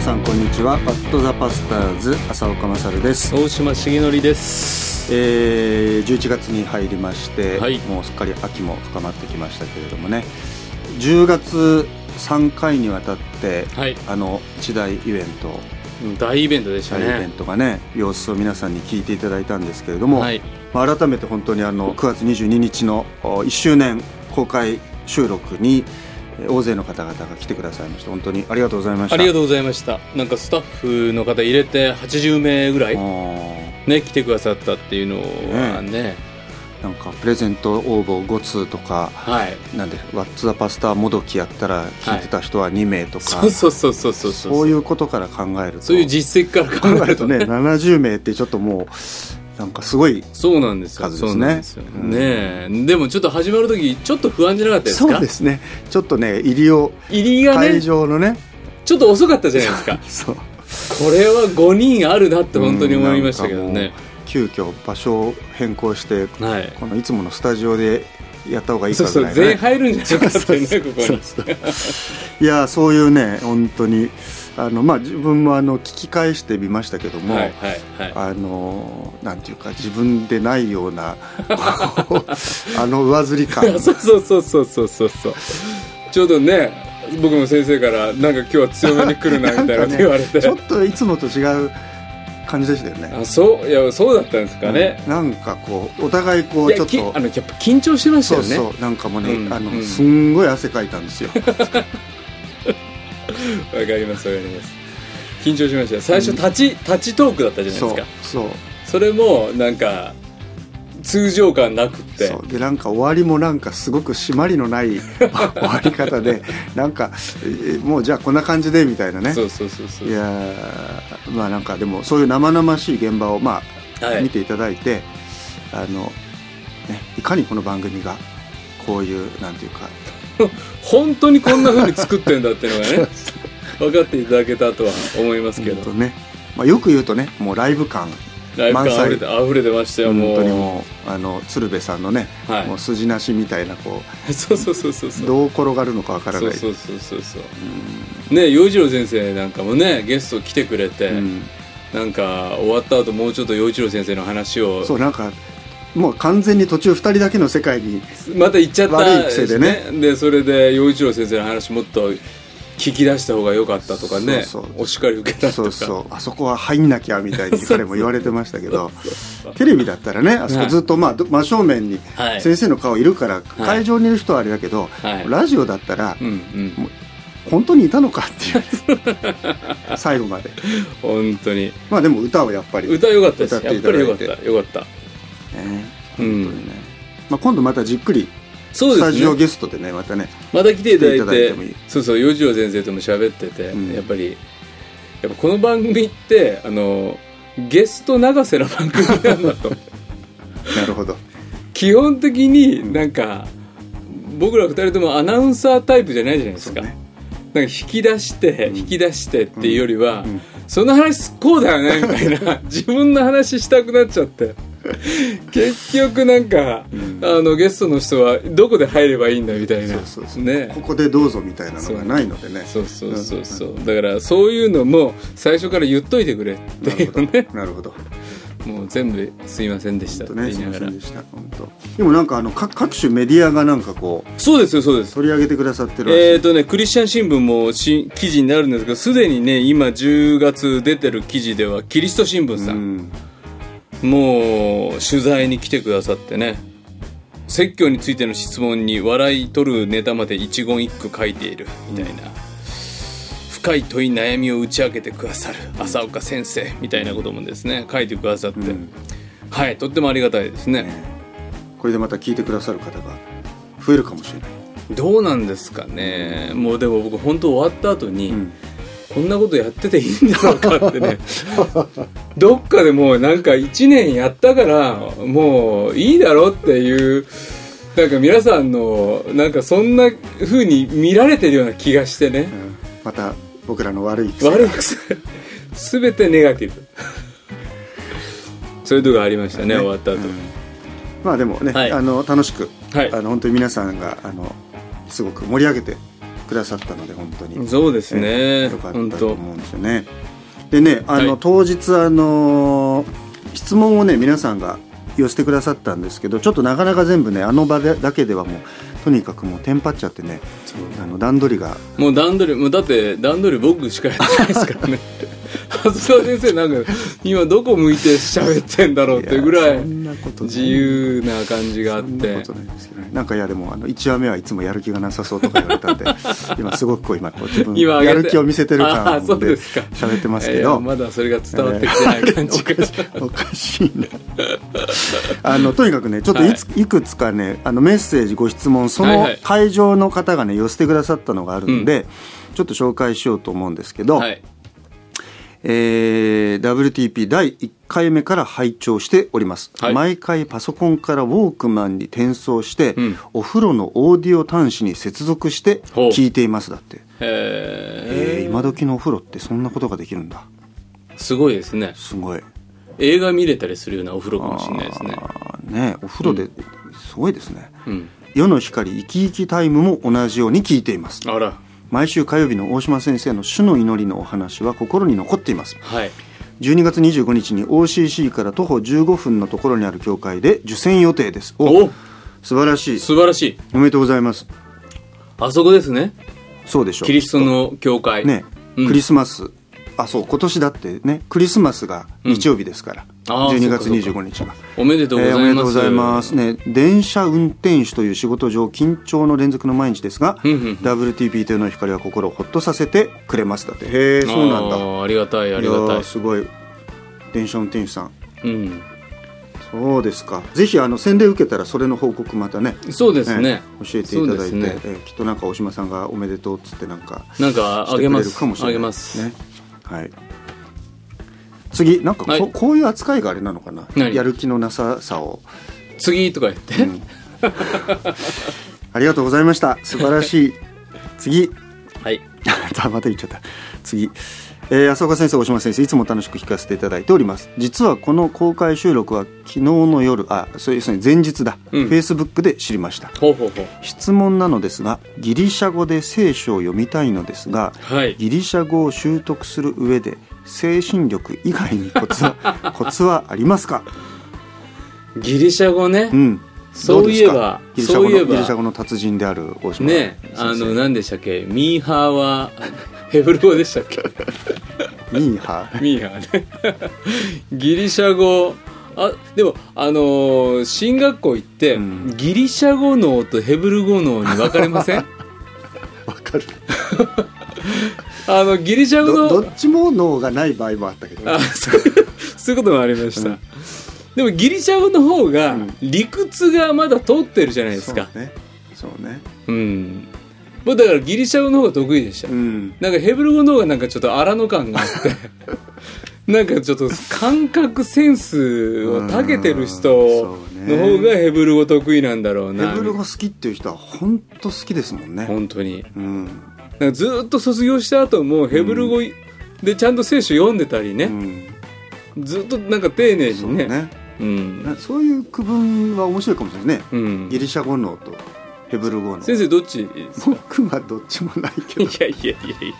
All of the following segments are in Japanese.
さんこんにちはバットザパスターズ浅岡勝です、大島重則ですえー、11月に入りまして、はいもうすっかり秋も深まってきましたけれどもね10月3回にわたってはいあの一大イベント大イベントでした大イベンねトがね様子を皆さんに聞いていただいたんですけれども、はいまあ、改めて本当にあの9月22日のお1周年公開収録にえー大勢の方々が来てくださいまして本当にありがとうございました。ありがとうございましたなんかスタッフの方入れて80名ぐらいうんね来てくださったっていうのはねなんかプレゼント応募5通とか、はいなんで「ワッツ・ザ・パスターもどき」やったら聞いてた人は2名とか、そうそうそうそうそうそうそういいううことから考えると実績から考考ええるるととねね70名ってちょっともうなんかすごいそうなんですよ数ですねそうなんですよねうんえでもちょっと始まる時ちょっと不安じゃなかったですかそうですねちょっとね入りを入りが会ね場のねちょっと遅かったじゃないで すそかうこれは5人あるなって本当に思いましたけどうんなんねか急遽場所を変更してはいこのいつものスタジオでやった方がいいそかうぐそうらいの全員ね入るんじゃなかった よねここいにやそういうね本当にあのまあ自分もあの聞き返してみましたけども、はいはいはいあのなんていうか自分でないようなこうあの上ずり感 そうそうそうそうそうそうそうちょうどね僕も先生からなんか今日は強めに来 るなみたいなこと言われて、ちょっといつもと違う感じでしたよね。あそういやそうだったんですかね、うんなんかこうお互いこいうやちょっきとあのやっぱ緊張してましそたようねそうなんかもうね、うんあのうんすんごい汗かいたん ですよ。わかりますわかります緊張しました最初立ち、立ちトークだったじゃないでそすうかそうそれもなんか通常感なくってそうでなんか終わりもなんかすごく締まりのない 終わり方でなんかえーもうじゃあこんな感じでみたいなねそうそうそうそういやーまあなんかでもそういう生々しい現場をまあ、はい見ていただいてあの、ね、いかにこの番組がこういうなんていうか本当にこんな風に作ってんだっていう のがね分かっていただけたとは思いますけ本当どね、まあ、よく言うとねもうライブ感ライブ感満載溢れて溢れてましたよ本もう当にもうあの鶴瓶さんのね、はいもう筋なしみたいなこ そうそうそうそううそう。どう転がるのかわからそなういそうそうそうそう。ね、洋一郎先生なんかもね、ゲスト来てくれて、うんなんか終わった後もうちょっと洋一郎先生の話を。そうなんかもう完全に途中2人だけの世界にまた行っちゃった悪い癖でねでそれで洋一郎先生の話もっと聞き出した方が良かったとかねそうそうお叱り受けたとかそうそうあそこは入んなきゃみたい に彼も言われてましたけどそうテレビだったらねあそこずっと、まあ、ど真正面にはい先生の顔いるから、会場にいる人はあれだけど、はいラジオだったらうんうん本当にいたのかっていう最後まで本当にまあでも歌をやっぱり、ね歌良かったです歌やってっいたぱだりいて良かった良かったうん本当にねまあ、今度またじっくりそうスタですジオねゲストでねまたねまた来ていただい来ていてただいてもいいそうそう洋次郎先生とも喋ってて、うんやっぱりやっぱこの番組ってあのゲスト流せの番組なんだ となるほど基本的になんか僕ら二人ともアナウンサータイプじゃないじゃないですそか、うねなんか引き出して、引き出してっていうよりは、んうんその話こうだよねみたい な自分の話したくなっちゃって結局なんか、あのゲストの人はどこで入ればいいんだみたいそなうそうそうねここでどうぞみたいなのがないのでねそうそうそうそうだからそういうのも最初から言っといてくれってなるいほうどねなるほどもう全部「すいませんでした」って言ね、いすいなまがせらんでした本当でもなんかあの各各種メディアがなんかこうそうですよそうです取り上げてくださってるらしい、えっ、ー、とねクリスチャン新聞もし記事になるんですけどすでにね今10月出てる記事ではキリスト新聞さ、うんんもう取材に来てくださってね説教についての質問に笑い取るネタまで一言一句書いているみたいな、深い問い悩みを打ち明けてくださる浅岡先生みたいなこともですね書いてくださって、うんはいとってもありがたいですね、これでまた聞いてくださる方が増えるかもしれない、どうなんですかねもうでも僕本当終わった後に、んこんなことやってていいんだろうかっ てねどっかでもうなんか1年やったからもういいだろっていうなんか皆さんのなんかそんな風に見られてるような気がしてねうんまた僕らの悪い癖悪くせ全てネガティ ブそういうとこありましたね終わった後、うんまあでもね、はいあの楽しく、はいあの本当に皆さんがあのすごく盛り上げてくださったので本当に、そうですえねーよか本ったと当思うんですよね。でねあの、はい当日あのー質問をね皆さんが寄せてくださったんですけどちょっとなかなか全部ねあの場でだけではもうとにかくもうテンパっちゃってねあの段取りがもう段取りもうだって段取り僕しかやってないですか らね初田先生なんか今どこ向いて喋ってんだろうってぐらやそいんなことない自由な感じがあっそんなてことないですけどねなんかいやでもあの1話目はいつもやる気がなさそうとか言われた んで今すごくこう今こう自分今上げてやる気を見せてるあー感そうでですか喋ってますけいどやまだそれが伝わってきてない感じが、えーおかしいなあのとにかくねちょっといつ、い、くつかねあのメッセージご質問そはいのはい会場の方がね寄せてくださったのがあるので、ちょっと紹介しようと思うんですけど、はいえー WTP 第1回目から拝聴しております、はい毎回パソコンからウォークマンに転送して、うんお風呂のオーディオ端子に接続してほう聞いていますだってええー今時のお風呂ってそんなことができるんだー、すごいですねすごい映画見れたりするようなお風呂かもしれないですねあーねお風呂で、すごいですねうん世の光生き生きタイムも同じように聞いていますあら毎週火曜日の大島先生の主の祈りのお話は心に残っていますはい12月25日に OCC から徒歩15分のところにある教会で受選予定ですお素晴らしい素晴らしいおめでとうございますあそこですねそうでしょうキリストの教会ね、うんクリスマスあそう今年だってねクリスマスが日曜日ですから、あー12月そうかそう25日がおめでとうございます、えーおめでとうございます、ね、電車運転手という仕事上緊張の連続の毎日ですが、うんうんうん WTP というの光は心をほっとさせてくれますだってへえそうなんだあーありがたいありがいたやいーすごい電車運転手さんうんそうですかぜひあの宣伝受けたらそれの報告またねそうですねえー教えていただいて、そうですねえーきっとなんか大島さんがおめでとうっつってなんかなんかしあてげくまれるすかもしれないあげます、ねはい次なんかこ,、はいこういう扱いがあれなのかな何やる気のなささを次とか言って、ありがとうございました素晴らし い次 はいあまた言っちゃった次えー浅岡先生大島先生いつも楽しく聞かせていただいております実はこの公開収録は昨日の夜あそうですね前日だ、うん Facebook で知りましたほうほうほう質問なのですがギリシャ語で聖書を読みたいのですがはいギリシャ語を習得する上で精神力以外にコツは コツはありますか、ギリシャ語ね、うん、そういえばどうですかギリシャ語のそういえばギリシャ語の達人である大島ね先生あの何でしたっけミーハーはヘブル語でしたっけ ミーハーミーハーね ギリシャ語あでもあのー進学校行って、うんギリシャ語能とヘブル語能に分かれ ませんわかるあのギリシャ語のどどっちも脳がない場合もあったけどあそう いうそういうこともありました、うんでもギリシャ語の方がうん理屈がまだ通ってるじゃないですかそうねそうねうん僕だからギリシャ語の方が得意でした、うんなんかヘブル語の方がなんかちょっと荒野感があって なんかちょっと感覚センスを長けてる人うんそうねの方がヘブル語得意なんだろうヘなブル語好きっていう人は本当好きですもんね本当にうんなんかずーっと卒業した後もヘブル語でちゃんと聖書読んでたりうね、んずっとなんか丁寧そうにねねねうん、そういう区分は面白いかもしれないねうん、ギリシャ語脳とヘブル語脳先生どっちですか僕はどっちもないけいどやいやいやいや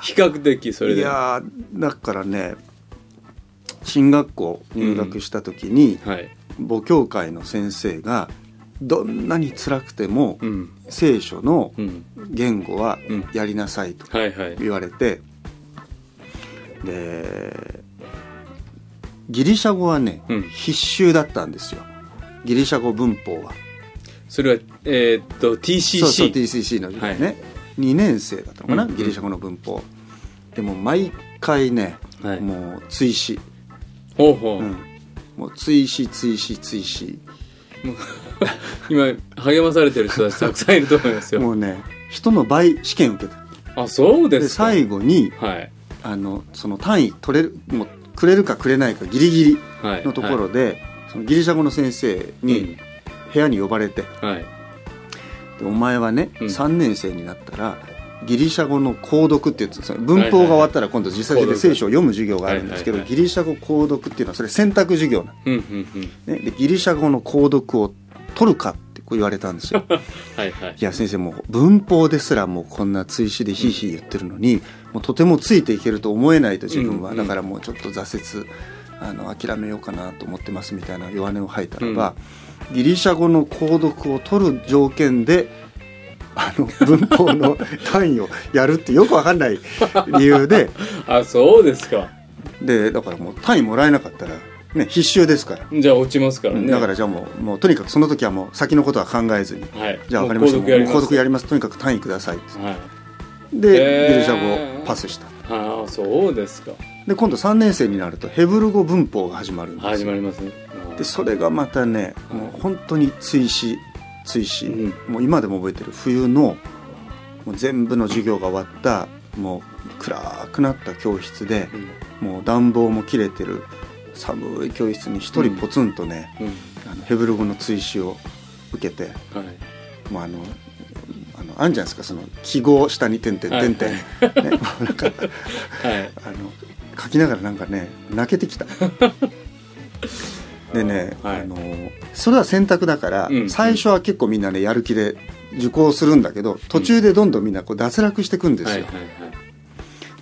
比較的それいではやーだからね進学校入学した時に、い母教会の先生がどんなに辛くても、うん聖書のうん言語はうんやりなさいとはいはい言われて、でギリシャ語はね、うん必修だったんですよギリシャ語文法は。それはえーっと TCC そうそう TCC の時代ね、は2年生だったのかな、うんうんギリシャ語の文法でも毎回ね、はいもう追試、ほうほう、うん、もう追試追試追試今励まされてる人たちたくさんいると思いますよもうね人の倍試験受けたあそうでですか最後にはいあのその単位取れるもうくれるかくれないかギリギリはいのところで、そのギリシャ語の先生に部屋に呼ばれてはいうんはいでお前はね、うん3年生になったらギリシャ語の講読っていうその文法が終わったら今度実際で聖書を読む授業があるんですけど、はいはいギリシャ語講読っていうのはそれ選択授業なうんうんうんの、ね、でギリシャ語の講読を取るかってこう言われたんですよはいはいいや先生もう文法ですらもうこんな追試でひいひい言ってるのにもうとてもついていけると思えないと自分は、うんうだんからもうちょっと挫折あの諦めようかなと思ってますみたいな弱音を吐いたらば、ギリシャ語の購読を取る条件であの文法の単位をやるってよくわかんない理由であそうですかでだからもう単位もらえなかったら、ね、必修ですから、じゃあ落ちますからねだからじゃあもうもうとにかくその時はもう先のことは考えずに。はいじゃあ分かりまもうした。購読やります購読やります。とにかく単位ください。はいで、へーギリシャ語をパスした。ああそうですかで、今度3年生になるとヘブル語文法が始まるんです。始まりますねで、それがまたね、もう本当に追試、追試、うんもう今でも覚えてる冬の、もう全部の授業が終わった、もう暗くなった教室で、うんもう暖房も切れてる寒い教室に一人ポツンとね、うんあのヘブル語の追試を受けて、はいもうあのあのあるんじゃないですかその記号下に点々点々、ね、もうなんかはいあの書きながらなんかね泣けて きたでね、はいあのそれは選択だから、うん最初は結構みんなねやる気で受講するんだけど途中でどんどんみんなこう脱落していくんですはいよ、はいはい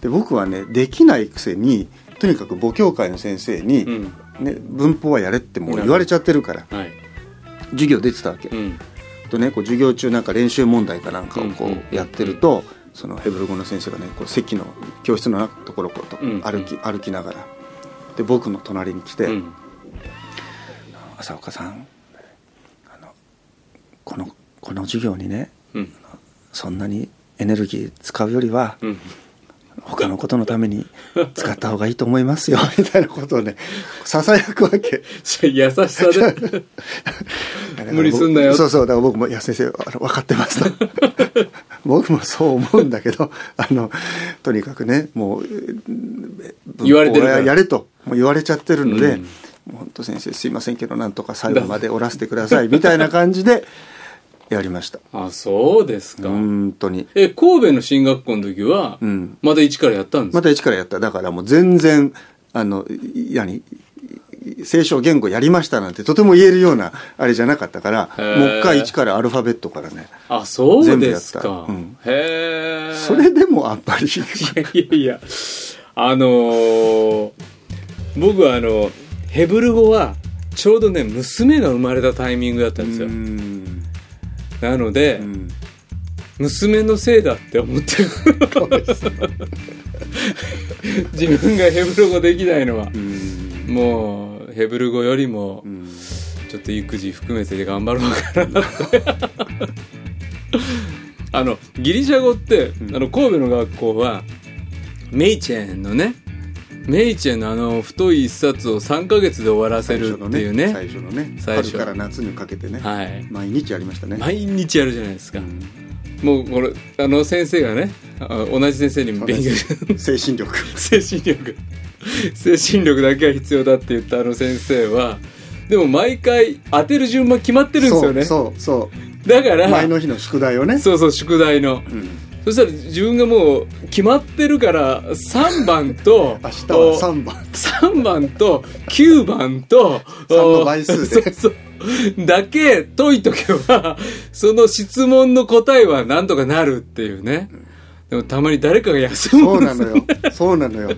で僕はねできないくせにとにかく母教会の先生に、うんね、文法はやれってもう言われちゃってるからはい授業出てたわけうんとねこう授業中なんか練習問題かなんかをうんこうんうんうやってると、そのヘブル語の先生がねこう席の教室のなところをこうとうんうん歩き、歩きながらで僕の隣に来て「うん浅岡さんあのこのこの授業にねうんそんなにエネルギー使うよりはうん 他のことのために使った方がいいと思いますよ」みたいなことをねささやくわけ。優しさ で無理すんなよそうそうだから僕も「いや先生あの分かってます」 と僕もそう思うんだけどあのとにかくねもううん言われてるからややれともう言われちゃってるのうでん「本、当、先生すいませんけどなんとか最後までおらせてくだ さい」みたいな感じでやりましたあそうですか本当にえ神戸の進学校の時はうんまた一からやったんですまかた一からやっただからもう全然あのい何聖書言語やりましたなんてとても言えるようなあれじゃなかったからへーもう一回一からアルファベットからねあそうです全か部やっへえそれでもあんまり いやいやいやあのー僕はあのヘブル語はちょうどね娘が生まれたタイミングだったんですよんなので、うん娘のせいだって思ってる 自分がヘブル語できないのはうんもうヘブル語よりもうんちょっと育児含めて頑張ろうかなってあのギリシャ語って、うんあの神戸の学校はメイチェンのねメイチェンのあの太い一冊を3ヶ月で終わら最せる初っのていうねね最初のね最初春から夏にかけてねはい毎日やりましたね毎日やるじゃないですうか、んもうこれあの先生がねあ同じ先生にも勉強精神力精神力精神力だけは必要だって言ったあの先生はでも毎回当てる順番決まってるんですよねそうそうそだかうら前の日の宿題をねそうそう宿題のうんそしたら自分がもう決まってるから3番と明日は三番3番と9番と3の倍数でそうそうだけ解いとけばその質問の答えはなんとかなるっていうね、でもたまに誰かが休そむうんなですのよそうなのよ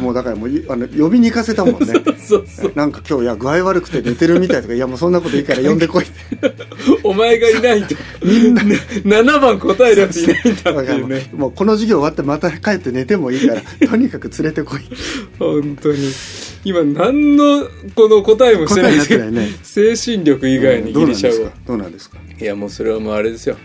もうだからもういあの呼びに行かせたもんねそうそうなんか今日いや具合悪くて寝てるみたいとかいやもうそんなこといいから呼んでこいって お前がいないとみんな7番答えるやついないんだっていうねもうこの授業終わってまた帰って寝てもいいから とにかく連れてこい本当に今何のこの答えもしてな答えいになっんですけてどないね精神力以外にギリシャ語どうなんですかどうなんですかいやもうそれはもうあれですよ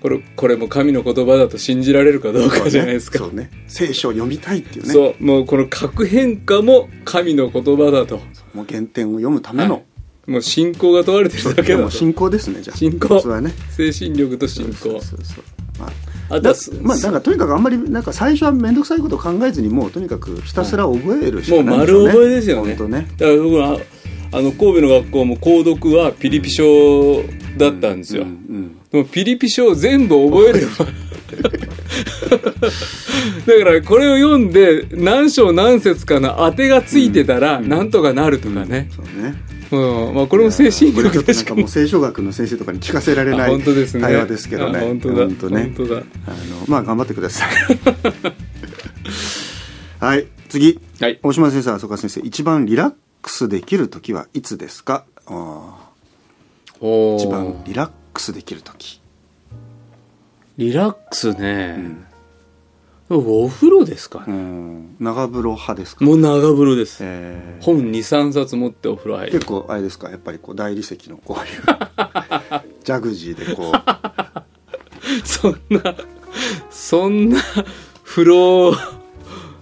これこれも神の言葉だと信じられるかどうかじゃないですかそ,、そううね聖書を読みたいっていうねもうこの核変化も神の言葉だともう原点を読むための、もう信仰が問われてるだけもだうと信仰ですねじゃあ信仰コツはね精神力と信そ仰うそうそうまああとだはすまあ、なんかとにかくあんまりなんか最初は面倒くさいことを考えずにもうとにかくひたすら覚えるしかないんもう丸覚えですよね本当ねだから僕はあの神戸の学校も購読はピリピ書だったんですよ、うん でもピリピ書を全部覚えればだからこれを読んで何章何節かの当てがついてたらなんとかなるとかね、そうねうんまあ、これも精神これちょっとな力でんしかかもう聖書学の先生とかに聞かせられあない本当ですね会話ですけどねあ本当だ本当ね本当だあのまあ頑張ってくださ いはい次はい大島先生浅川先生一番リラックスできる時はいつですかあー一番リラックスできる時リラックスうね、ん、お風呂ですかうね、ん、長風呂派ですか、もう長風呂です、えー本23冊持ってお風呂入る結構あれですかやっぱりこう大理石のこうい うジャグジーでこう そんなそんな風呂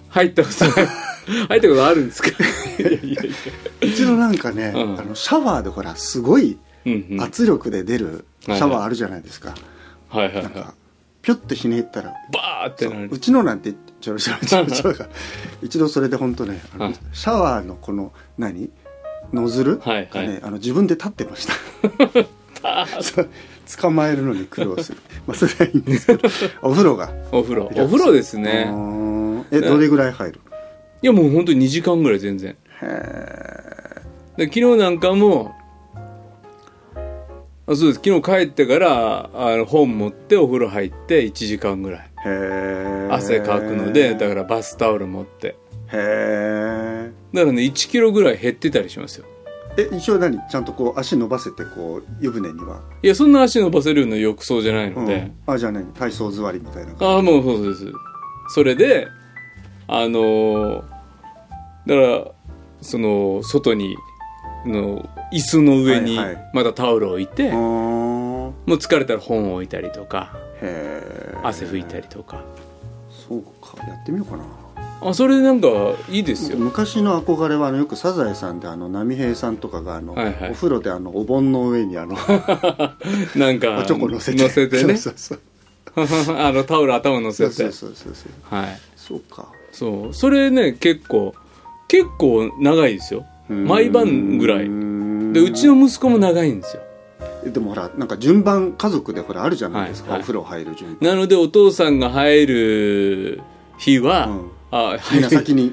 入ったこと ない入ったことあるんですかいやいやいやうちのなんかね、うんあのシャワーでほらすごいうんうんはい圧力で出るシャはいワはーいあるじゃないですか、はいはなんいかピョッとひねったらバーってそうなるうちのなんてちょろちょろちょろちょろ が一度それで本当ねあのはいシャワーのこの何ノズルがはいね、はいあの自分で立ってましたそう捕まえるのに苦労するまあそれはいいんですけ どお風呂が、お風呂リラッおクス風呂ですうねーんえどれぐらい入るいやもう本当に2時間ぐらい全然で昨日なんかもあそうです昨日帰ってからあの本持ってお風呂入って1時間ぐらいへえ汗かくのでだかららバスタオル持ってへえだからね1キロぐらい減ってたりしますよえ一応何ちゃんとこう足伸ばせてこう湯船にはいやそんな足伸ばせるような浴槽じゃないのうでん、、あじゃあ何体操座りみたいな感ああもうそうですそれであのーだからその外にの椅子の上にはいはいまたタオルを置いて、じうーんもう疲れたら本を置いたりとかへー汗拭いたりとか、そうかやってみようかなあそれでなんかいいですよ昔の憧れはあのよくサザエさんであの波平さんとかがあの、はいはいお風呂であのお盆の上にあのなんかおちょこ乗せて乗せてね そうそう あのタオル頭乗そせうてそうそうそうそうはいそうかそうそれね結構結構長いですよ毎晩ぐらいででうちの息子も長いんですよでもほらなんか順番家族でほらあるじゃないですか、はいはいお風呂入る順番なのでお父さんが入る日は、うんあみ入んるな先に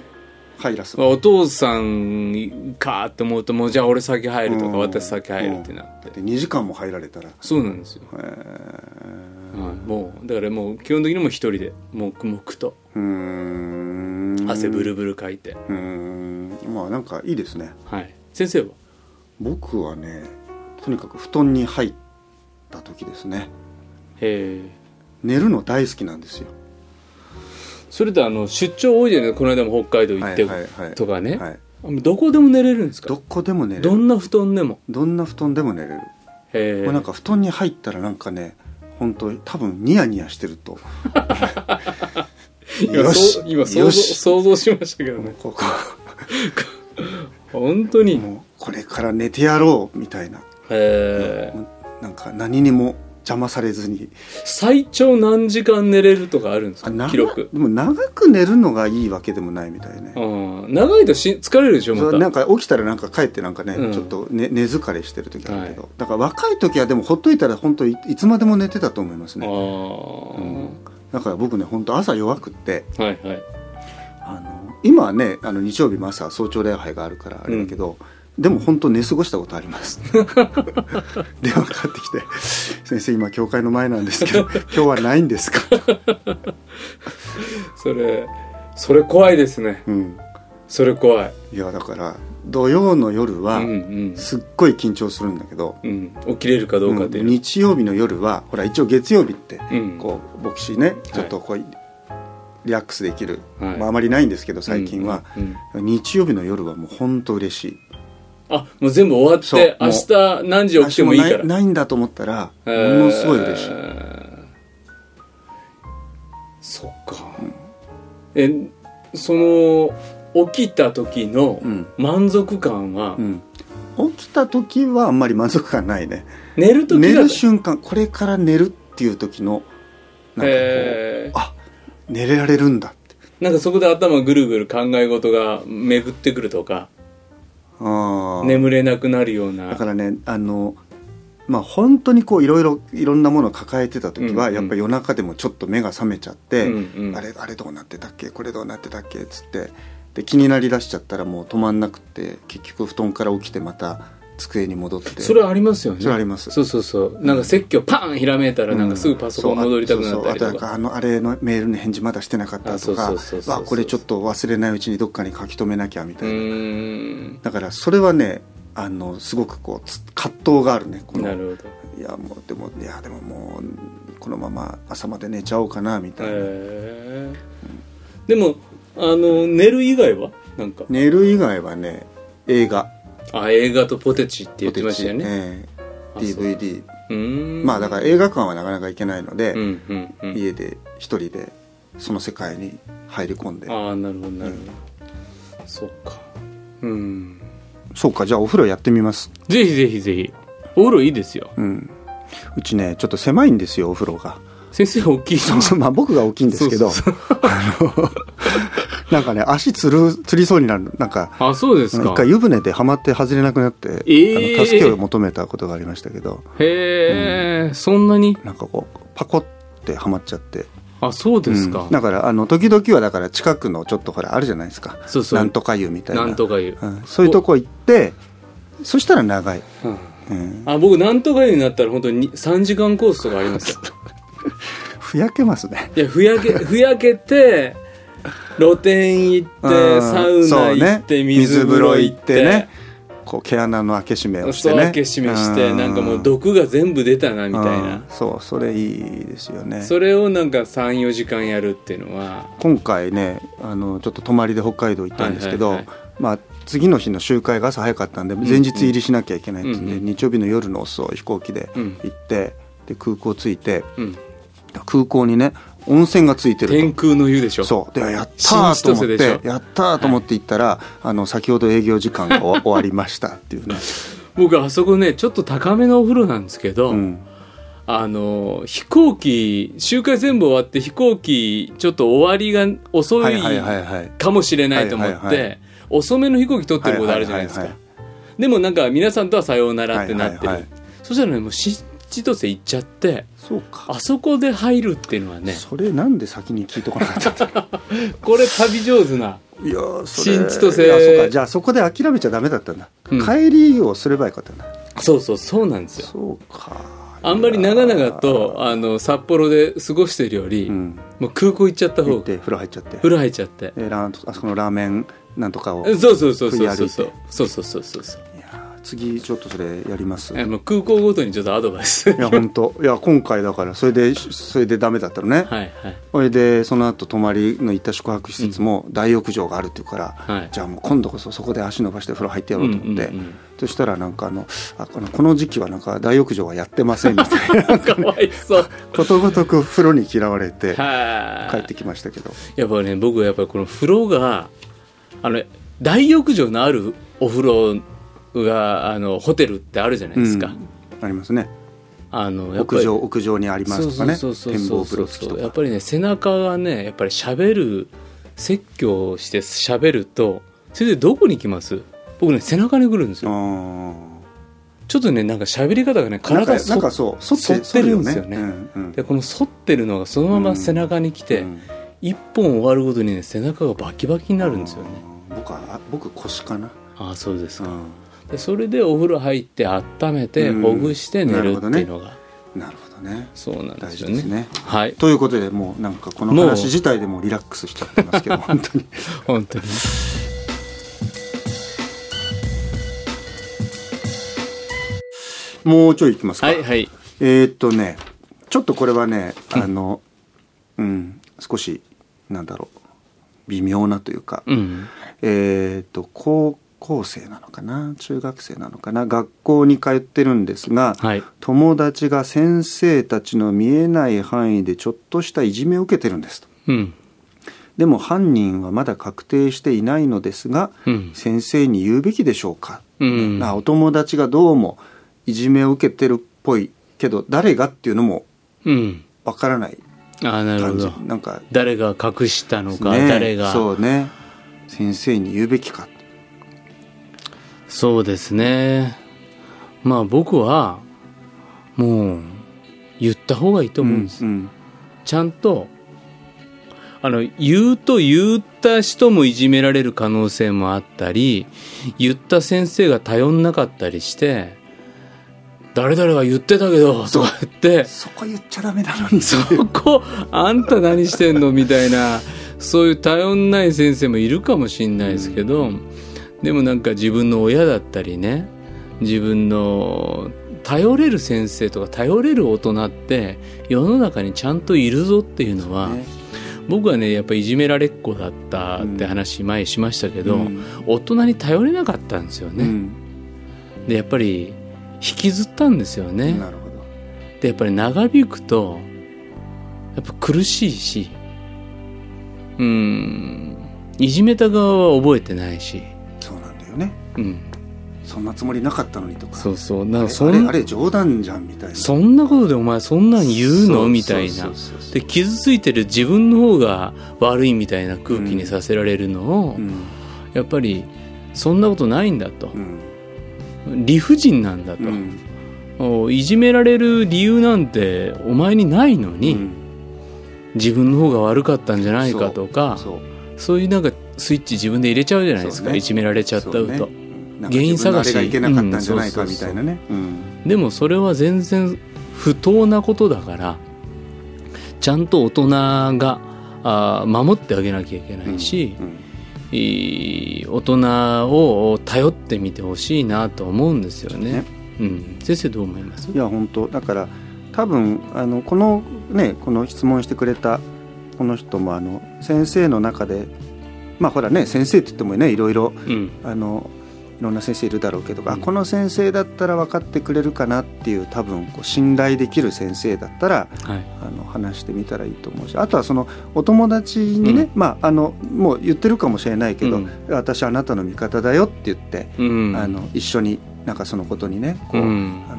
入らすまあ お父さんかと思うともうじゃあ俺先入るとかうん私先入るってなって、で2時間も入られたらへそうなんですよ、ーはい、もうだからもう基本的にもう一人で黙々とうーん汗ブルブルかいて、うーんまあなんかいいですねはい、先生は僕はねとにかく布団に入った時ですねえー寝るの大好きなんですよそれとあの出張多いじゃないこの間も北海道行って、はいはいはいとかね、はいあもうどこでも寝れるんですかどこでも寝れるどんな布団でもどんな布団でも寝れる、えもうなんか布団に入ったらなんかね本当に多分ニヤニヤしてると今よしそう 今想像よし想像しましたけどねここ本当にもうこれから寝てやろうみたいなえーなんか何にも邪魔されずに最長何時間寝れるとかあるんですあか長記録、でも長く寝るのがいいわけでもないみたいねうん、長いとし疲れるでしょそうまなたんか起きたらなんか帰ってなんかね、うんちょっと寝寝疲れしてる時あるけど、だから若い時はでもほっといたら本当いいつまでも寝てたと思いますああ、ね、うんだから僕ね本当朝弱くってはいはいあの今はねあの日曜日も朝早朝礼拝があるからあれだけど、でも本当寝過ごしたことあります 電話かかってき て「先生今教会の前なんです けど今日はないんですか?」それそれ怖いですねうん、それ怖いいやだから土曜の夜うはんすっごい緊張するんだけど、うん、うん、起きれるかどうかっていううん日曜日の夜はほら一応月曜日って、うんこう牧師ねちょっとこう、リラックスできる、はいまあ、あまりないんですけど最近は、、うんうんうん日曜日の夜はもう本当嬉しいあもう全部終わっそうもてう明日何時起きてもいいか私らなないんだと思ったらもえーのすごい嬉しい、そっか、えその起きた時のうん満足感は、うん起きた時はあんまり満足感ないね寝る時寝がる瞬間これから寝るっていう時のなんかこう、えーあ寝れられるんだってなんかそこで頭ぐるぐる考え事が巡ってくるとかあー眠れなくなるようなだからねあのまあ、本当にこういろいろいろんなものを抱えてた時うんは、うんやっぱり夜中でもちょっと目が覚めちゃって、うんうんあれあれどうなってたっけこれどうなってたっけっつってで気になりだしちゃったらもう止まんなくって結局布団から起きてまた机に戻ってそれはありますよねそれありますそうそうそうなんか説教パーンひらめいたらなんかすぐパソコン戻りたくなったりそうあそうそうあととかなんかあのあれのメールの返事まだしてなかったとあかそうそうそうそうわこれちょっと忘れないうちにどっかに書き留めなきゃみうたいな、ーんだからそれはねあのすごくこうつ葛藤があるねこのなるほどいやもうでもいやでももうこのまま朝まで寝ちゃおうかなみたいな、へえでもあの寝る以外はなんか寝る以外はね映画あ映画とポテチって言ってましたよね、ええあそう DVD うーんまあだから映画館はなかなか行けないので、うんうんうん家で一人でその世界に入り込んでああなるほどなるほど、そうかうんそうかじゃあお風呂やってみますぜひぜひぜひお風呂いいですようんうちねちょっと狭いんですよお風呂が先生大き いそうそうまあ僕が大きいんですけどそ あのなんかね足つるつりそうになるなんかあそうです一か回湯船ではまって外れなくなって、えーあの助けを求めたことがありましたけどへえ、そんなになんかこうパコってはまっちゃってあそうですか、うんだからあの時々はだから近くのちょっとほらあるじゃないですかそうそうなんとか湯みたいななんとかいう、うんそういうとこ行ってそしたら長い、うん、あ僕なんとかになったら本当に3時間コースとかありますよふやけますねいやふ やけふやけて露店行ってうんサウナ行って、そうね水風呂行って水風呂行ってねこう毛穴の開け閉めをして裾ね分け締めして、なんかもう毒が全部出たなみたいうんな、そうそれいいですよねそれをなんか34時間やるっていうのは今回ねあのちょっと泊まりで北海道行ったんですけど、はいはいはまあ、次の日の集会が朝早かったんで前日入りしなきゃいけないっていうんで、うんうん日曜日の夜の遅い飛行機でうん行って、で空港着いてうん空港にね温泉がついてる天空の湯でしょと。そうでやった新ーと千思歳っでしょてやったーと思って行ったら、あの先ほど営業時間が終終わりましたっていうね、僕 あそこねちょっと高めのお風呂なんですけど、うん、あの飛行機集会全部終わって飛行機ちょっと終わりが遅はいいはいはいはいかもしれないと思って、はいはいは遅めの飛行機取ってることあるじゃないですか、はいはいでもなんか皆さんとはさようならってなってる、はいはいはいそしたらねもう新千歳行っちゃってそうかあそこで入るっていうのはねそれなんで先に聞いとかなかったんだこれ旅上手ないやーそれ新千歳いやそうかじゃあそこで諦めちゃダメだったんだ、うん帰りをすればよかったんだそうそうそうなんですよそうかあんまり長々とあの札幌で過ごしてるより、うんもう空港行っちゃった行方っがて風呂入っちゃって風呂入っちゃってえーラーンあそこのラーメンなんとかをいそうそうそうそうそう食いそうそうそうそうそうやー次ちょっとそれやりますえいもう空港ごとにちょっとアドバイスはいや本当いや今回だからそれでそれでダメだったのね、 はいそれでその後泊まりの行った宿泊施設も大浴場があるっていうから、はいじゃあもう今度こそそこで足伸ばして風呂入ってやろうと思って、うんうんうんそしたらなんかあのあこのこの時期はなんか大浴場はやってませんみたいなかわいそうことごとく風呂に嫌われては帰ってきましたけどいやっぱね僕はやっぱりこの風呂があの大浴場のあるお風呂があのホテルってあるじゃないですか、うんありますねあのやっぱ屋り上屋上にありますとかねそうそうそう展そ望う風そ呂う付きやとっかぱりね背中がねやっぱり喋る説教をして喋るとそれでどこに来ます僕ね背中に来るんですあよーちょっとねなんか喋り方がねなん体かがなんかそう反反っっててるるんんでですすよよねねうんうんでこの反ってるのがそのまま背中に来て、うん一本終わるごとにね背中がバキバキになるんですよねあー僕はあ僕腰かなああそうですか、うでそれでお風呂入って温めてうんほぐして寝なるるっほてどねいうのが、んなるほどねそうなんで大す事よでねすねはいということでもうなんかこのもう話自体でもうリラックスしちゃってますけ ど本当に本当にもうちょい行きますかはいはいえーっとねちょっとこれはねあのうん少しなんだろう微妙なというかうんえー、と高校生なのかな中学生なのかな学校に通ってるんですが、はい友達が先生たちの見えない範囲でちょっとしたいじめを受けてるんですとうんでも犯人はまだ確定していないのですが、うん先生に言うべきでしょうか、うんあお友達がどうもいじめを受けてるっぽいけど誰がっていうのもうんわからないああなるほ感じどなんか誰が隠したのか、ね誰がそうそうね先生に言うべきかですねまあ僕はもう言った方がいいと思うんです、んちゃんとあの言うと言った人もいじめられる可能性もあったり言った先生が頼んなかったりして誰々が言ってたけどとか言ってそこ言っちゃダメなのにそこあんた何してんのみたいなそういう頼んない先生もいるかもしんないですけど、でもなんか自分の親だったりね自分の頼れる先生とか頼れる大人って世の中にちゃんといるぞっていうのはね僕はねやっぱいじめられっ子だったって話前しましたけど、うん大人に頼れなかったんですようね。んでやっぱり引きずったんですよね。なるほどでやっぱり長引くとやっぱ苦しいしうんいじめた側は覚えてないしそうなんだよねうんそんなつもりなかったのにとかそうそうなあんれかそあれんあれ冗談じゃんみたいなそんなことでお前そんなん言うそのうみたいそなうそうそうで傷ついてる自分の方が悪いみたいな空気にさせられるのを、うんやっぱりそんなことないんだとう、ん理不尽なんだと、うんおいじめられる理由なんてお前にないのに、うん自分の方が悪かったんじゃないかとかそうそういうなんかスイッチ自分で入れちゃうじゃないですそか、うねいじめられちゃったそうと、ねうんなんか原因探し自分のあれがいけなかったんじゃないかみたいなねうんでもそれは全然不当なことだからちゃんと大人があー守ってあげなきゃいけないし、うんいい大人を頼ってみてほしいなと思うんですよね。ねうん、先生どう思いますいや本当だから多分あのこのねこの質問してくれたこの人もあの先生の中でまあほらね先生って言ってもねいろいろうんあのいろんな先生いるだろうけど、あうんこの先生だったら分かってくれるかなっていう多分こう信頼できる先生だったらはいあの話してみたらいいと思うしあとはそのお友達にね、まあ、あのもう言ってるかもしれないけど、うん私あなたの味方だよって言って、うんあの一緒になんかそのことにねこう、うんあ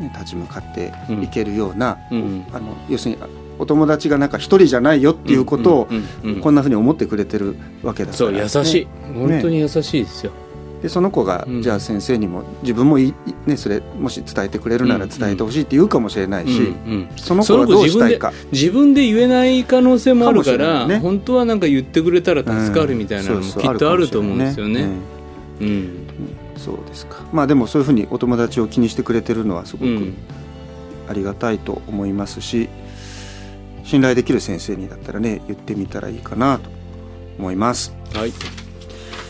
の立ち向かっていけるような、うんあの要するにお友達がなんか一人じゃないよっていうことを、うんうんうんこんなふうに思ってくれてるわけだかそら、うね、優しい、本当に優しいですよ。でその子が、うんじゃあ先生にも自分もいいね、それもし伝えてくれるなら伝えてほしいって言うかもしれないし、うんうんその子はどうしたいか自分で言えない可能性もあるからかもしれないね本当はなんか言ってくれたらうん助かるみたいなのもそうそうきっとあると思うんですよね。あるうかもしれないんうんそうですかまあでもそういうふうにお友達を気にしてくれてるのはすごうくんありがたいと思いますし、信頼できる先生にだったらね言ってみたらいいかなと思いますはい、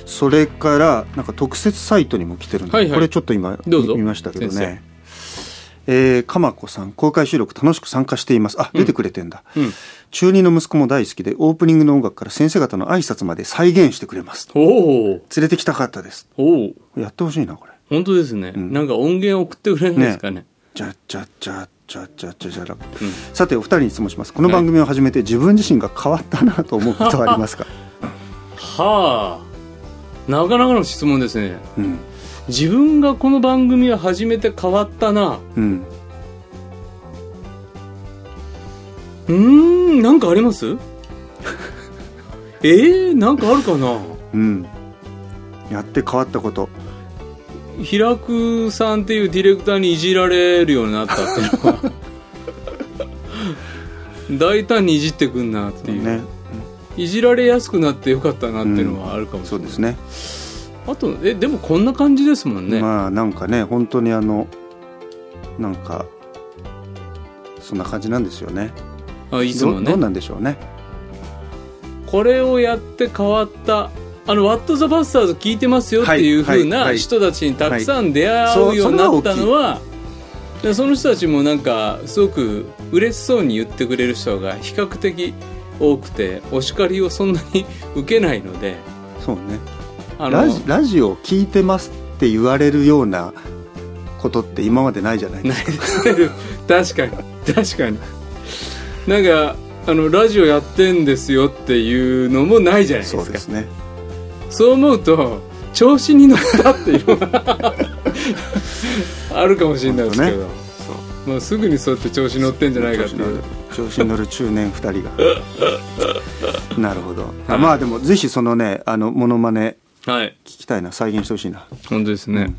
それからなんか特設サイトにも来てるんで、はいはいこれちょっと今どうぞ見ましたけど先ねえー、鎌子さん公開収録楽しく参加していますあ出てくれてんだ、うん中二の息子も大好きでオープニングの音楽から先生方の挨拶まで再現してくれますおお連れてきたかったですおおやってほしいなこれ本当ですね、んなんか音源送ってくれないですかねじゃじゃじゃじゃじゃじゃじゃらうんさてお二人に質問しますこの番組を始めて自分自身が変わったなと思うことはありますか、はあなかなかの質問ですねうん自分がこの番組を始めて変わったなうん、うーんなんかあります えー、なんかあるかなうん、やって変わったこと平久さんっていうディレクターにいじられるようになったっていうの は大胆にいじってくんなっていう、ねいじられやすくなってよかったなっていうのはあるかもしそれうない、ですねあとえでもこんな感じですもんね、まあなんかね本当にあのなんかそんな感じなんですよねあ、いつもどどねうなんでしょうねこれをやって変わったあの「ワット・ザ・バスターズ」聞いてますよっていうはふいうなはい人たちにたくさん出はい会そううようになったのはでその人たちもなんかすごく嬉しそうに言ってくれる人が比較的多くてお叱りをそんなに受けないのでそうねあのラジラジオ聞いてますって言われるようなことって今までないじゃないですかないです ね確かに確かになんかあのラジオやってんですよっていうのもないじゃないですかそうですねそう思うと調子に乗ったっていうの はあるかもしれないですけど、そうまあ、すぐにそうやって調子乗ってんじゃないかっていう調子に乗る中年2人がなるほど、あはいまあでもぜひそのねあのモノマネはい聞きたいな再現してほしいな、本当ですね、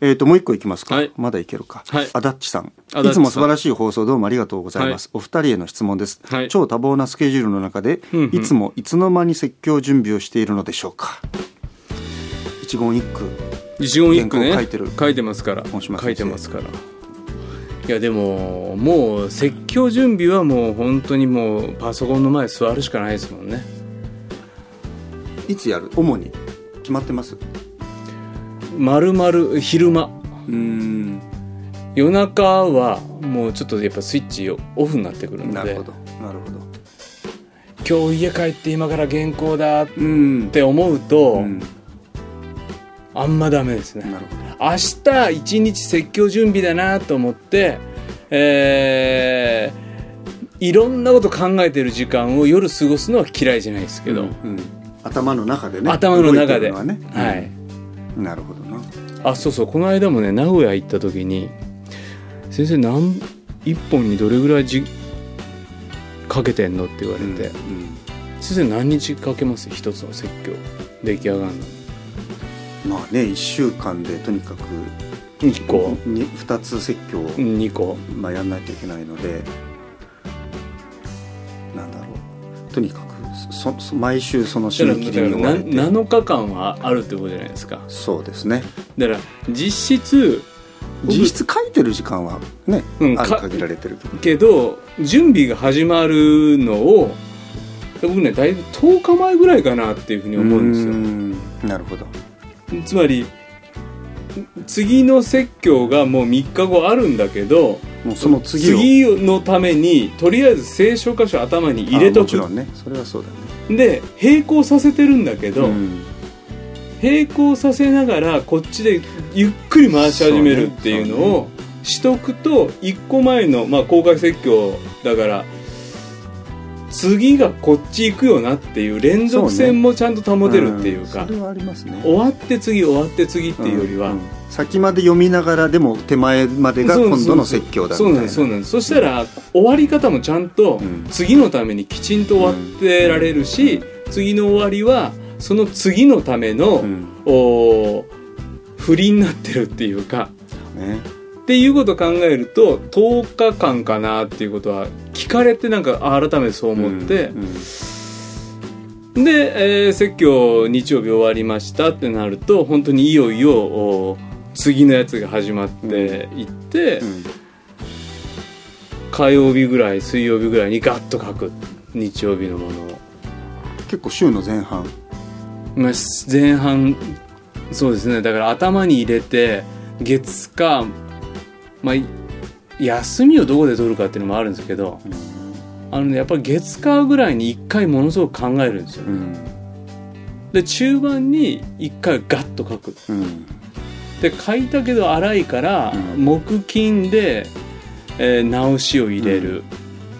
えー、ともう一個いきますか、はいまだいけるか、はいアダッチさんダッチさいんつも素晴らしい放送どうもありがとうございます、お二人への質問です、はい超多忙なスケジュールの中で、うんうんいつもいつの間に説教準備をしているのでしょうか一言一句一言一句ね原稿を書いてる書いてますから大島先生書いてますからいやでももう説教準備はもう本当にもうパソコンの前に座るしかないですもんねいつやる主に決まってます丸々昼間うん夜中はもうちょっとやっぱスイッチオフになってくるのなでるほどなるほど今日家帰って今から原稿だっうんて思うと、うんあんまダメですねなるほど明日一日説教準備だなと思って、えーいろんなこと考えてる時間を夜過ごすのは嫌いじゃないですけど、うん頭の中でね頭の中で動いてるのははね、い、うんなるほどなあそうそうこの間もね名古屋行った時に先生何一本にどれぐらいじかけてんのって言われて、うん先生何日かけます一つの説教出来上がるのまあね1週間でとにかく1個に2つ説教を2個まあ、やんないといけないのでなんだろうとにかくそそ毎週その締め切りに追われて7日間はあるってことじゃないですかそうですねだから実質僕実質書いてる時間はね、うんあるか限られてるけどけど準備が始まるのを僕ねだいぶ10日前ぐらいかなっていうふうに思うんですすよなるほどよつまり次の説教がもう3日後あるんだけどもうその次を次のためにとりあえず聖書箇所頭に入れあともちろくんねそれはそうだねで並行させてるんだけど、ん並行させながらこっちでゆっくり回し始めるっていうのそうをしとくと一個前の、まあ、公開説教だから次がこっち行くよなっていう連続線もちゃんと保てるっていうかんそれはありますね終わって次終わって次っていうよりは、んん先まで読みながらでも手前までがそうそう今度の説教だみたそいうななんですそうなんですそしたら終わり方もちゃんとうん次のためにきちんと終わってられるし次の終わりはその次のための、うんお不利になってるっていうかねっていうことを考えると10日間かなっていうことは聞かれてなんかあ改めてそう思ってう、んうんで、えー説教日曜日終わりましたってなると本当にいよいよお次のやつが始まっていって、うん火曜日ぐらい水曜日ぐらいにガッと書く日曜日のものを。結構週の前半まあ、し前半そうですねだから頭に入れて月か、まあ、い休みをどこで取るかっていうのもあるんですけどあの、ね、やっぱり月かぐらいに1回ものすごく考えるんですよ、うんで中盤に1回ガッと書くうんで書いたけど荒いから、うん木金で、えー直しを入れる、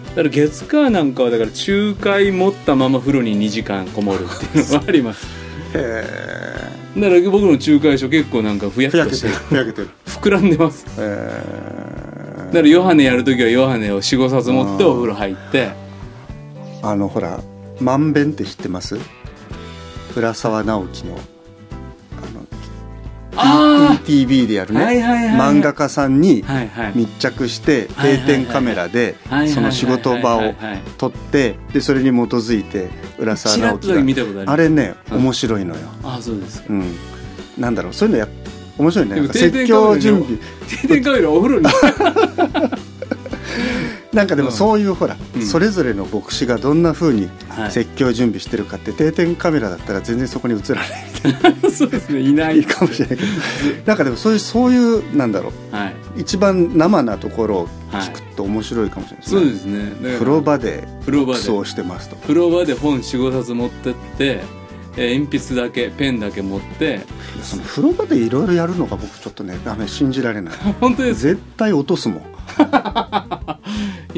だから月火なんかはだから仲介持ったまま風呂に2時間こもるっていうのはありますへだから僕の仲介書結構なんかふやえっふやとけ してるふやけてる膨らんでますへえだからヨハネやる時はヨハネを45冊持ってお風呂入ってあのほら「まんべん」って知ってます浦沢直樹のあ ETV でやるあはいねはいはい漫画家さんにはいはい密着してはい定点カメラではいその仕事場を撮ってでそれに基づいて浦沢ちらっ直とだけ見樹たことありがあれれねうん面白いのよああそうですかうんなんだろうそういうのや面白いねでなもんか説教準備定点カメラ お風呂になんかでうもんそういうほらうんそれぞれの牧師がどんな風にはい説教準備してるかって定点カメラだったら全然そこに映らないそうですねいないいいかもしれないけどなんかでもそういうそういうなんだろはい、う一番生なところをは聞い、くと面白いかもしれないですそねうですねだから風呂場で風呂場でクソをしてますと風呂場で本45冊持ってって、えー鉛筆だけペンだけ持ってその風呂場でいろいろやるのが僕ちょっとねダメ信じられない本当です絶対落とすもんいやだから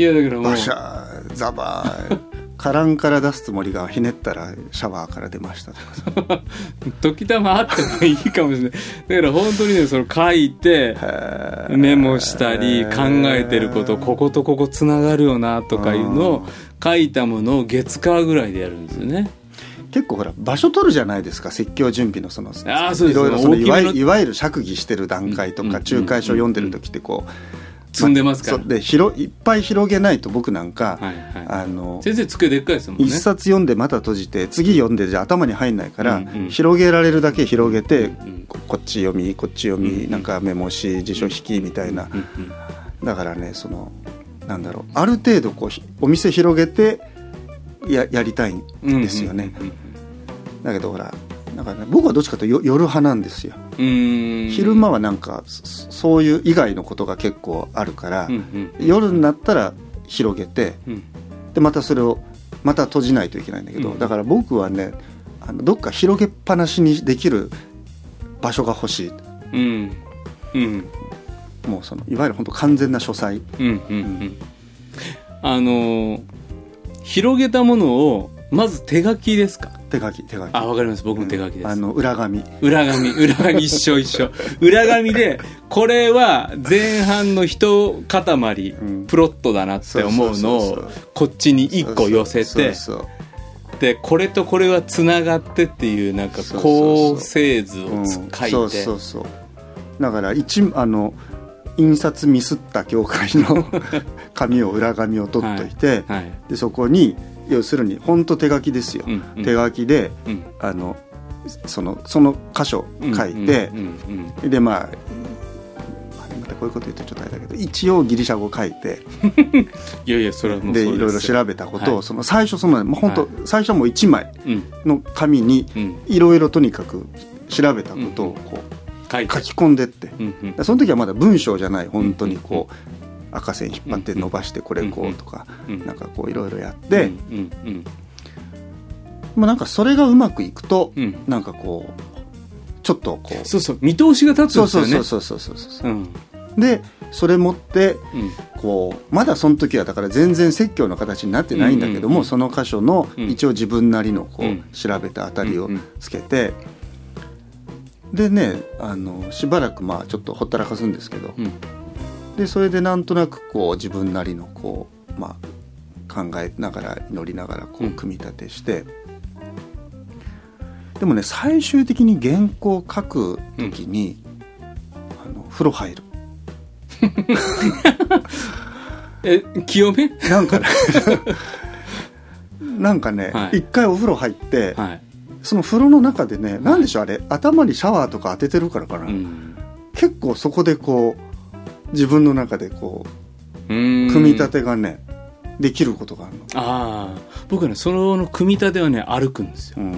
もうバシャーザバ ーカランから出すつもりがひねったらシャワーから出ましたとかさ時たまあってもいいかもしれないだから本当にねそれ書いてへー メモしたり考えてることこことここつながるよなとかいうのを書いたものを月火ぐらいでやるんですよね結構ほら場所取るじゃないですか説教準備のそのああそうですいろいろその大きいめわのゆいわゆる釈議してる段階とうんうんか仲介書読んでる時ってこう積んでますからそうで広いっぱい広げないと僕なんか、はいはあのい先生机でっかいですもんね一冊読んでまた閉じて次読んでじゃ頭に入んないから、うんうん広げられるだけ広げて、んここっち読みこっち読み、うんうんなんかメモし辞書引きみたいな、い。うんうんだからねそのなんだろうある程度こうひお店広げてややりたいんですよね、だけどほらなんか、ね、僕はどっちかというとよ夜派なんですよ、うんうん。昼間はなんかそそういう以外のことが結構あるから、うんうん夜になったら広げてうんでまたそれをまた閉じないといけないんだけど、うんだから僕はねあのどっか広げっぱなしにできる場所が欲しいうんうんもうそのいわゆる本当完全な書斎うんうんうんあのー広げたものをまず手書きですか手書き手書きあわかります僕も手書きです、あの裏紙裏紙裏紙一緒一緒裏紙でこれは前半の一塊んプロットだなって思うそのうそうをそうそうこっちに一個寄せそうてそうそうでこれとこれはつながってっていうなんかそうそうそう構成図をつ書そういてそうそうだから一あの印刷ミスった教会 の紙を裏紙を取っといて、はいでそこに要するに本当手書きですよ、うんうん手書きでうんあのそのその箇所うん書いて、うんうんでまあまたこういうこと言うとちょっとあれだけど一応ギリシャ語書いていやいやそれはもうでそういろいろですよ調べたことを、はいその最初その、まあ、本当、は最初はもう1枚うんの紙にうんいろいろとにかく調べたことをこう書いて書き込んでってうんうんその時はまだ文章じゃない本当にこう赤線引っ張ってうん伸ばしてこれこうとかうんなんかこういろいろやってうんうんまあなんかそれがうまくいくとうんうんなんかこうちょっとこうそうそう見通しが立つそんうですそようねそうそうそうそうそううんでそれ持ってうんこうまだその時はだから全然説教の形になってないんだけどうんうんうもんその箇所のうん一応自分なりのこうんう調べたあたりをうんうんつけてでねあのしばらくまあちょっとほったらかすんですけどうんでそれでなんとなくこう自分なりのこう、まあ、考えながら祈りながらこううん組み立てして、でもね最終的に原稿を書く時に、あの風呂入るえ清めなんかね なんかね、はい一回お風呂入って、はいその風呂の中でね何でしょうあれ頭にシャワーとか当ててるからかな、うん結構そこでこう自分の中でこう組組み立てがね、できることがあるの。ああ僕はねその組み立てはね歩くんですようん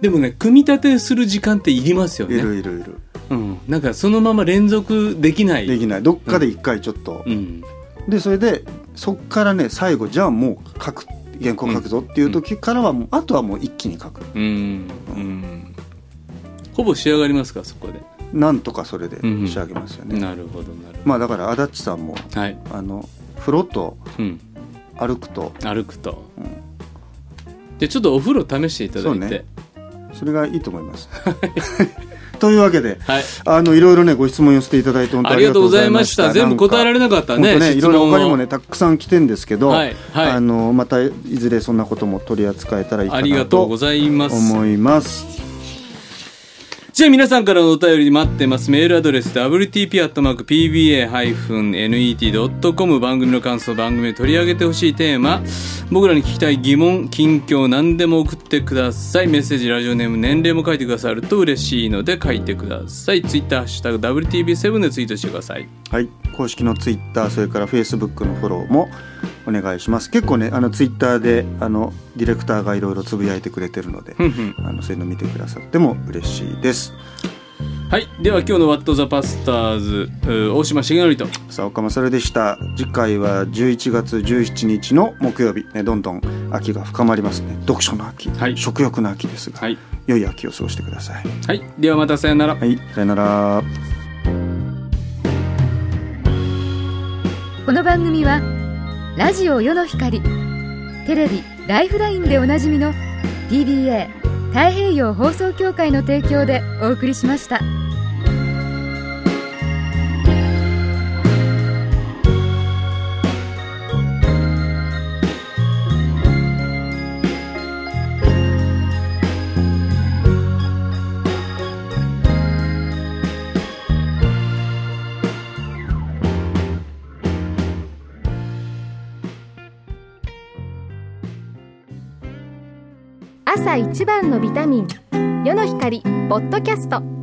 でもね組み立てする時間っていりますよいねるいるいるうんなんかそのまま連続できないできないどっかで一回ちょっと、うんでそれでそっからね最後じゃあもう書く原稿書くぞっていう時からはもう、あとはもう一気に書くうんうんほぼ仕上がりますかそこでなんとかそれでうん仕上げますよね、なるほどなるほまあだから足立さんもどはいあの風呂とうん歩くと歩くとうんじゃあちょっとお風呂試していただそういねてそれがいいと思います というわけではいあのいろいろねご質問寄せていただいて本当ありがとうございました全部答えられれなかったねねい質ろいろ問他にもをねたくさん来てんですけど、はいはいあのまたいずれそんなことも取り扱えたらいいあかりがなとうとございます思います。じゃあ皆さんからのお便り待ってます。メールアドレス wtp.pba-net.com 番組の感想、番組で取り上げてほしいテーマ、僕らに聞きたい疑問、近況何でも送ってください。メッセージ、ラジオネーム、年齢も書いてくださると嬉しいので書いてください。ツイッター、ハッシュタグ WTP7 でツイートしてください。はい、公式のツイッターそれからフェイスブックのフォローもお願いします結構ねあのツイッターであのディレクターがいろいろつぶやいてくれてるのでふんふんあのそういうの見てくださっても嬉しいですはい。では今日の What the Pastors、うー大島茂則と。さあ岡間それでした次回は11月17日の木曜日、ね、どんどん秋が深まりますね読書の秋、はい食欲の秋ですが、はい。良い秋を過ごしてくださいはい。ではまたさよなら。はいさよならこの番組はラジオ世の光テレビ「ライフライン」でおなじみの TBA 太平洋放送協会の提供でお送りしました。朝一番のビタミン世の光ポッドキャスト